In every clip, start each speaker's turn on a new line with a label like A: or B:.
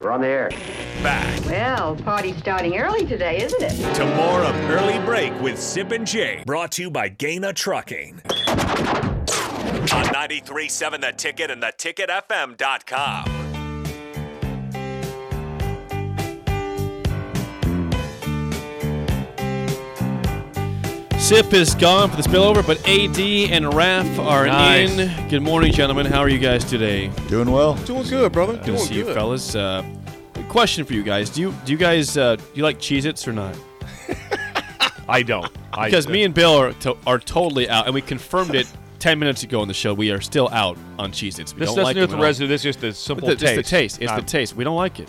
A: We're on the air.
B: Back
C: Well, party's starting early today, isn't it?
B: to more of Early Break with Sip and Jay, brought to you by Gaina Trucking. On 93.7 The Ticket and theticketfm.com.
D: Sip is gone for the spillover, but AD and Raf are
E: Nice.
D: in. Good morning, gentlemen. How are you guys today?
F: Doing well.
E: Doing good, brother.
D: Good to see you, fellas. Uh, question for you guys: Do you do you guys uh, do you like Cheez-Its or not?
E: I don't. I
D: Because me and Bill are to, are totally out, and we confirmed it ten minutes ago on the show. We are still out on Cheez-Its. We
E: this
D: don't
E: doesn't
D: like
E: do with
D: them at
E: the
D: all.
E: residue. This is the simple
D: It's the,
E: taste. Um,
D: it's the taste. It's
E: Not-
D: the taste. We don't like it.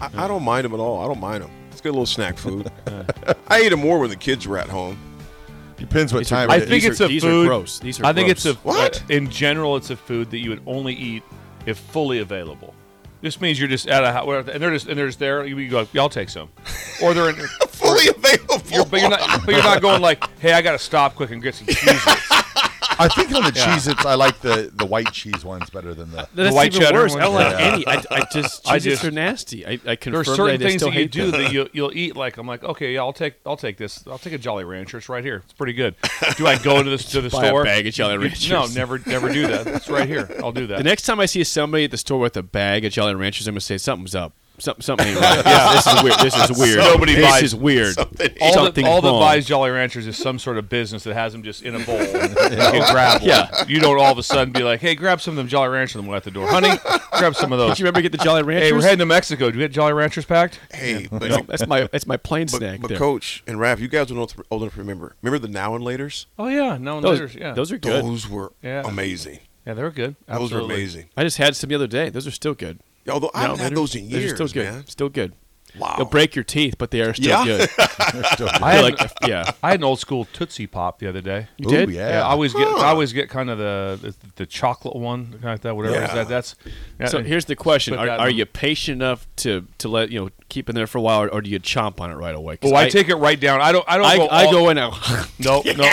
G: I, I don't mind them at all. I don't mind them. It's good little snack food.
D: Uh.
G: I ate them more when the kids were at home.
F: Depends what
D: These
F: time
D: are-
E: I
F: it is.
E: think
D: These
E: it's
D: are-
E: a
D: these are
E: food.
D: gross. These are
E: I think it's a
D: gross.
G: What?
E: uh, in general, it's a food that you would only eat if fully available. This means you're just at a house, and they're just and they're just there. You, you go, y'all take some, or they're in.
G: Fully available.
E: You're, but you're not. But you're not going like, hey, I got to stop quick and get some cheese.
F: I think on the Cheez-Its, I like the, the white cheese ones better than the.
D: That's
E: white
D: even
E: cheddar
D: worse. I don't
E: ones?
D: like any. I, I just
E: I
D: Cheez-Its
E: just-
D: are nasty. I, I confirmed
E: There are
D: that I
E: certain things
D: still
E: that you
D: hate
E: do
D: them.
E: that you, you'll eat. Like I'm like, okay, yeah, I'll take I'll take this. I'll take a Jolly Rancher. It's right here. It's pretty good. Do I go to the to the
D: Buy a
E: store?
D: bag of Jolly
E: You-
D: Ranchers.
E: No, never never do that. It's right here. I'll do that.
D: The next time I see somebody at the store with a bag of Jolly Ranchers, I'm gonna say something's up. Something, something ain't right. This- this is weird. This is weird.
E: Nobody
D: this
E: buys-
D: is weird.
E: all
D: Something's
E: that, all that
D: wrong.
E: buys Jolly Ranchers is some sort of business that has them just in a bowl and you grab one.
D: Yeah.
E: You don't all of a sudden be like, hey, grab some of them Jolly Ranchers and we'll at the door. Honey, grab some of
D: Did
E: those.
D: you remember to get the Jolly
E: Hey, we're
D: Ranchers?
E: heading to Mexico. Do you get Jolly Ranchers packed?
G: Hey, but,
D: that's my that's my plain snack.
G: but, but
D: there.
G: Coach and Raph, you guys are old old enough to remember. Remember the now and laters?
E: Oh, yeah. No, and
D: those,
E: laters, yeah.
D: those are good.
G: Those were
E: Yeah.
G: amazing.
E: yeah, they're good.
G: Those were
E: Absolutely.
G: amazing.
D: I just had some the other day. Those are still good.
G: Although I haven't
D: No,
G: had those in
D: those
G: years,
D: are still good.
G: man.
D: Still good.
G: Wow.
D: They'll break your teeth, but they are still
G: Yeah.
D: good.
E: I
D: They're
E: had,
D: like, yeah,
E: I had an old school Tootsie Pop the other day.
D: you did.
F: Ooh, yeah.
E: I always get I always get kind of the the, the chocolate one, kind of that whatever is
G: Yeah.
E: that. That's
D: So here's the question:
E: But
D: Are,
E: that-
D: are you patient enough to to let you know keep in there for a while, or, or do you chomp on it right away? 'Cause
E: Oh, I, take it right down. I don't. I don't.
D: I,
E: go
D: I
E: all-
D: go in now.
E: No, no.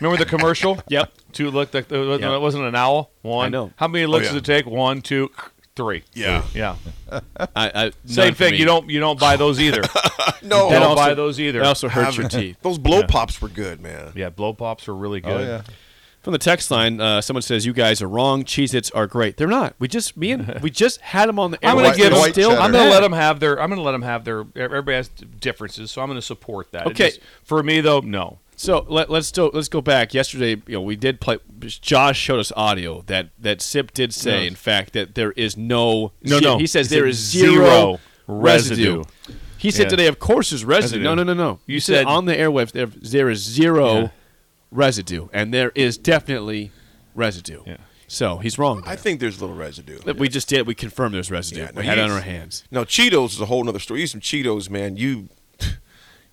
E: Remember the commercial?
D: Yep.
E: Two look like the,
D: Yeah.
E: it wasn't an owl. One.
D: I know.
E: How many looks
G: yeah.
E: does it take? One, two, three.
G: Yeah.
E: Yeah.
D: I, I, none
E: Same
D: for
E: thing.
D: me.
E: You don't. You don't buy those either.
G: No,
E: You don't
D: also-
E: buy those either.
D: That also hurts your
G: haven't.
D: teeth.
G: Those blow pops were good, man.
E: yeah. Blow pops are really good.
F: Oh, yeah.
D: From the text line, uh, someone says you guys are wrong. Cheez-Its are great. They're not. We just me and we just had them on the air.
E: I'm gonna
D: We're
F: White-
E: give
F: the
E: them.
F: white
D: still.
F: cheddar.
E: I'm gonna
D: mad.
E: let them have their. I'm gonna let them have their. e-, Everybody has differences, so I'm gonna support that. It
D: Okay.
E: just- for me though, no.
D: So let, let's still let's go back. Yesterday, you know, we did play. Josh showed us audio that that Sip did say, in fact, that there is no
E: No,
D: zero-
E: no.
D: He says
E: He
D: there
E: said
D: is zero
E: zero
D: residue.
E: residue.
D: He said
E: Yeah.
D: today, of course, is residue. No, no,
E: Residue.
D: no, no.
E: You
D: He
E: said-
D: on the airwaves there there is zero
E: Yeah.
D: residue, and there is definitely residue.
E: Yeah.
D: So he's wrong.
G: I
D: there.
G: think there's little residue.
D: That we just did. We confirmed there's residue.
G: Yeah, no,
D: we had it on
G: he's-
D: our hands.
G: No, Cheetos is a whole nother story. You eat some Cheetos, man. You,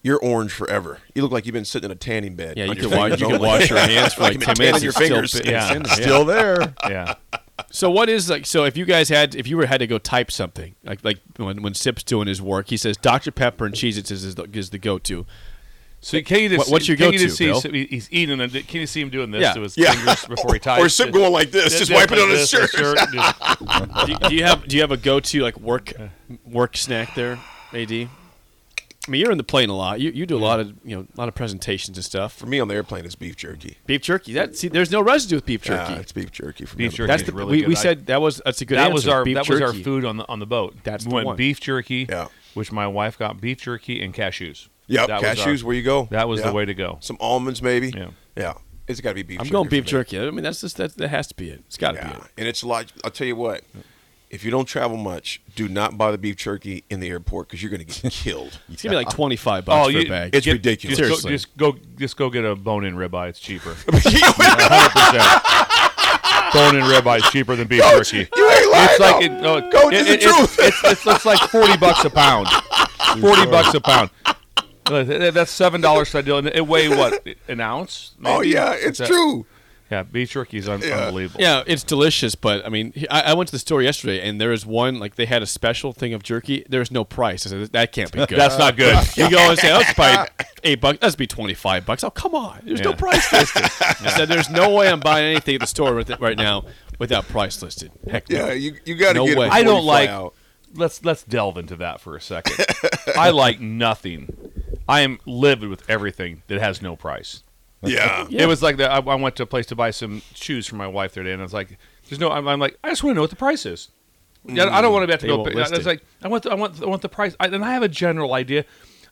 G: you're orange forever. You look like you've been sitting in a tanning bed.
D: Yeah,
G: on
D: you
G: your
D: can wash
G: fingers
D: you can
G: only.
D: wash your hands for like
G: Like
D: ten
G: tan
D: minutes.
G: on your
D: and still
G: fingers.
D: bit-
E: Yeah.
D: it's in there.
F: Still there.
E: Yeah.
D: So what is like? So if you guys had, if you were had to go type something, like like when when Sip's doing his work, he says Dr Pepper and Cheez-Its is is the, is the go-to.
E: So can you just
D: What- what's your
E: can you
D: go-to,
E: just see
D: Bill?
E: so he- he's eating and can you see him doing this
D: Yeah.
E: to his
G: Yeah.
E: fingers before he ties?
G: Or Sip going like this, just wiping it on his shirt.
D: Do, you- do you have do you have a go-to like work work snack there, Ad? I mean, you're in the plane a lot. You you do a lot of you know a lot of presentations and stuff.
G: For me on the airplane, it's beef jerky.
D: Beef jerky. That see, there's no residue with beef jerky.
G: Ah, it's beef jerky for me.
E: Beef jerky.
D: that's
E: is
D: the
E: really
D: we,
E: good.
D: we
E: I-
D: said that was that's a good
E: that
D: answer.
E: was our
D: beef
E: that
D: jerky.
E: was our food on the on the boat.
D: That's
E: we
D: the
E: went
D: one.
E: beef jerky,
G: Yeah.
E: which my wife got beef jerky and cashews.
G: Yep,
E: That was our-
G: cashews. where you go?
E: that was
G: Yeah.
E: the way to go.
G: Some almonds, maybe.
E: Yeah.
G: yeah. It's got to be beef.
D: I'm
G: jerky
D: going
G: for
D: beef
G: me.
D: jerky. I mean, that's just that, that has to be it. It's got to be
G: Yeah,
D: it.
G: and it's a lot. I'll tell you what. If you don't travel much, do not buy the beef jerky in the airport because you're going to get killed.
D: It's gonna be like 25 bucks
E: Oh,
D: for a
E: you-
D: bag.
G: It's
E: Get-
G: ridiculous.
E: Just go,
D: Seriously.
E: just go just go get a bone in ribeye. It's cheaper.
G: you
E: Hundred percent. Bone in ribeye is cheaper than beef jerky.
G: ain't lying.
E: It's like it,
G: though.
E: no,
G: Coach,
E: it-
G: it's the
E: it-
G: truth.
E: It's, it's, it's like forty bucks a pound. Forty bucks a pound. Look, th- That's seven dollars to deal. It weigh what an ounce?
G: Oh
E: maybe?
G: yeah, it's
E: that-
G: true.
E: Yeah, beef jerky is un- unbelievable.
D: Yeah, it's delicious, but I mean, he- I, I went to the store yesterday and there is one like they had a special thing of jerky. There's no price. I said that can't be good.
E: That's not good.
D: you go and say that's probably eight bucks. That's be twenty five bucks. Oh come on, there's no
E: Yeah.
D: price listed. I said there's no way I'm buying anything at the store with it right now without price listed. Heck no.
G: Yeah, you you got to
D: No
G: get. It
D: way.
G: before
E: I
G: you
E: don't
G: fly
E: like
G: out.
E: let's let's delve into that for a second. I like nothing. I am livid with everything that has no price.
G: Yeah.
E: It was like that. I, I went to a place to buy some shoes for my wife the other day, and I was like, "There's no." I'm, I'm like, I just want to know what the price is. Yeah,
G: Mm.
E: I don't want to have to
D: They
E: go.
D: won't
E: Pick,
D: list
E: I was
D: it.
E: like, I want, the, I want, I want the price, I, and I have a general idea.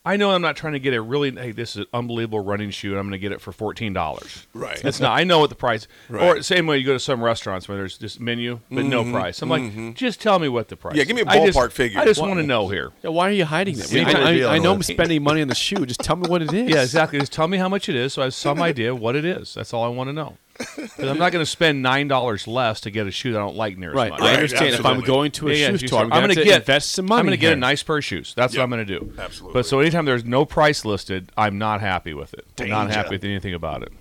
E: I know I'm not trying to get a really. Hey, this is an unbelievable running shoe, and I'm going to get it for fourteen dollars.
G: Right.
E: It's not. I know what the price. Or
G: Right. Mm-hmm.
E: same way you go to some restaurants where there's just menu but no price. I'm like, just tell me what the price.
G: Yeah, give me a
E: is. I just-
G: ballpark figure.
E: I just
G: What-
E: want to know here.
D: Yeah, why are you hiding that?
F: See,
D: I,
F: deal
D: I, I know
F: with
D: I'm
F: it.
D: spending money on the shoe. Just tell me what it is.
E: Yeah, exactly. Just tell me how much it is, so I have some idea what it is. That's all I want to know. 'Cause I'm not going to spend nine dollars less to get a shoe that I don't like near
D: Right.
E: as much.
D: I understand. If I'm
G: absolutely.
D: going to a
E: Yeah, yeah,
D: shoe
E: shoe
D: store, I'm
E: store.
D: going to
E: get
D: invest some money.
E: I'm going to get
D: here.
E: a nice pair of shoes. That's what I'm going to do.
G: absolutely.
E: But so anytime there's no price listed, I'm not happy with it. I'm Not happy with anything about it.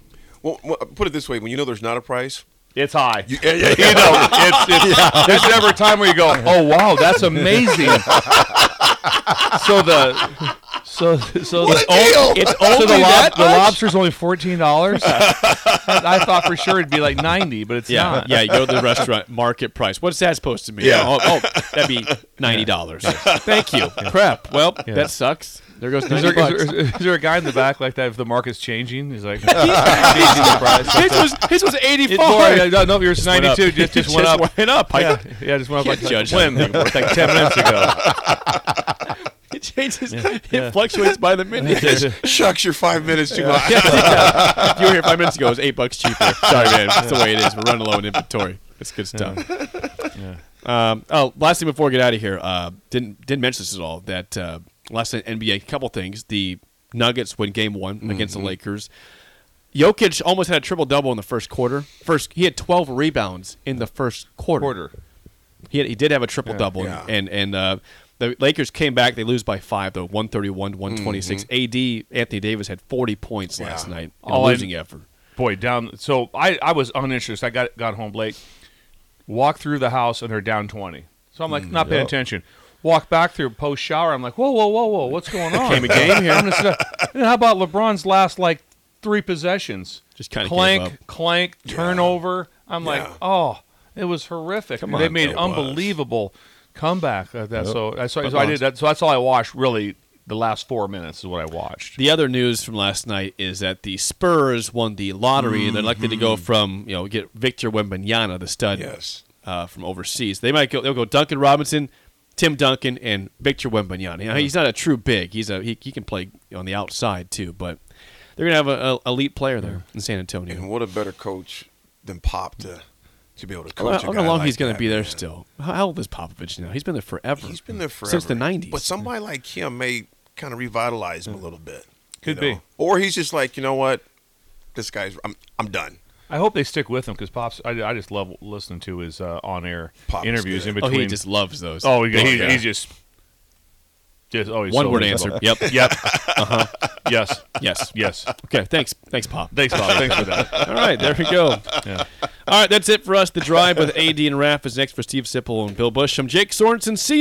G: Well, well, put it this way: when you know there's not a price,
E: It's high.
G: you, yeah, yeah, yeah.
E: You know, it's, it's, there's never a time where you go, "Oh wow, that's amazing." so the so so the, oh, it's so the, lob, the lobster's only fourteen dollars. I thought for sure it'd be like ninety, but it's
D: Yeah,
E: not.
D: yeah. You go to the restaurant, market price. What's that supposed to mean?
G: Yeah.
D: Oh, oh, that'd be ninety dollars. Thank you. Crap. Well,
E: Yeah.
D: that sucks. There goes
E: Is
D: ninety
E: there,
D: bucks.
E: is, there, is there a guy in the back like that? If the market's changing, he's like, changing the price.
D: his was his was eighty
E: It's more, yeah,
D: four.
E: no, no, yours
D: went up.
E: 92 just, just went
D: Just
E: up.
D: went up. I-
E: Yeah, yeah, just went up
D: Can't
E: like,
D: judge
E: when?
D: anything.
E: Like 10 minutes ago.
D: It changes. It fluctuates by the minute.
G: shucks, you're five minutes too high.
D: Yeah. you were here five minutes ago. It was eight bucks cheaper. Sorry, man. That's the way it is. We're running low in inventory. It's good stuff. Um, oh, last thing before we get out of here, uh, didn't didn't mention this at all. That uh, last night NBA, a couple things. The Nuggets win Game One against the Lakers. Jokic almost had a triple double in the first quarter. First, he had twelve rebounds in the first quarter.
E: Quarter.
D: He had, he did have a triple double,
G: Yeah.
D: and and uh, the Lakers came back. They lose by five though, one thirty one, one twenty six. AD Anthony Davis had forty points last
G: Mm-hmm. Yeah.
D: night. In
E: All
D: a
E: I-
D: losing effort.
E: Boy, down. So I, I was uninterested. I got got home late. Walked through the house and they're down 20. So I'm
D: Mm,
E: like, not paying attention. Walk back through post shower. I'm like, whoa, whoa, whoa, whoa. What's going on? Came a game here. and how about LeBron's last like three possessions?
D: Just kinda gave
E: clank,
D: up.
E: clank, turnover. I'm like,
G: Yeah.
E: oh, it was horrific.
D: Come
E: they
D: on,
E: made
D: it
G: was.
E: unbelievable comeback. Uh, that, So, I- so,
D: But
E: so I did
D: lost.
E: that. So that's all I watched. Really, the last four minutes is what I watched.
D: The other news from last night is that the Spurs won the lottery and they're likely to go from you know get Victor Wembanyama, the stud,
G: Mm-hmm. Yes.
D: uh, from overseas. They might go. They'll go Duncan Robinson, Tim Duncan, and Victor Wembanyama. Now, he's not a true big. He's a he, he can play on the outside too, but they're gonna have a, a elite player there in San Antonio.
G: And what a better coach than Pop to to be able to
D: I don't
G: coach.
D: I
G: a
D: don't know
G: guy
D: how long
G: like
D: he's going to
G: that,
D: be there
G: man.
D: still. How how old is Popovich now? He's been there forever.
G: He's been there forever
D: since the nineties.
G: But somebody like him may kind of revitalize him a little bit. you
E: Could be.
G: know? Or he's just like, you know what, this guy's. I'm I'm done.
E: I hope they stick with him because pops. I, I just love listening to his uh, on-air
G: Pop is
E: interviews
G: good.
E: in
D: oh,
E: between.
D: he just loves those.
E: Oh, he- he-
D: yeah.
E: he's just just oh, he's
D: one
E: so
D: word
E: miserable.
D: answer. Uh-huh. Yep.
E: Yep. Yes.
D: Yes.
E: Yes.
D: Okay. Thanks. Thanks, Pop.
E: Thanks, Bob. Thanks for that.
D: All right, there we go.
E: Yeah.
D: All right, that's it for us. The drive with AD and Raph is next for Steve Sipple and Bill Bush. I'm Jake Sorensen. See you.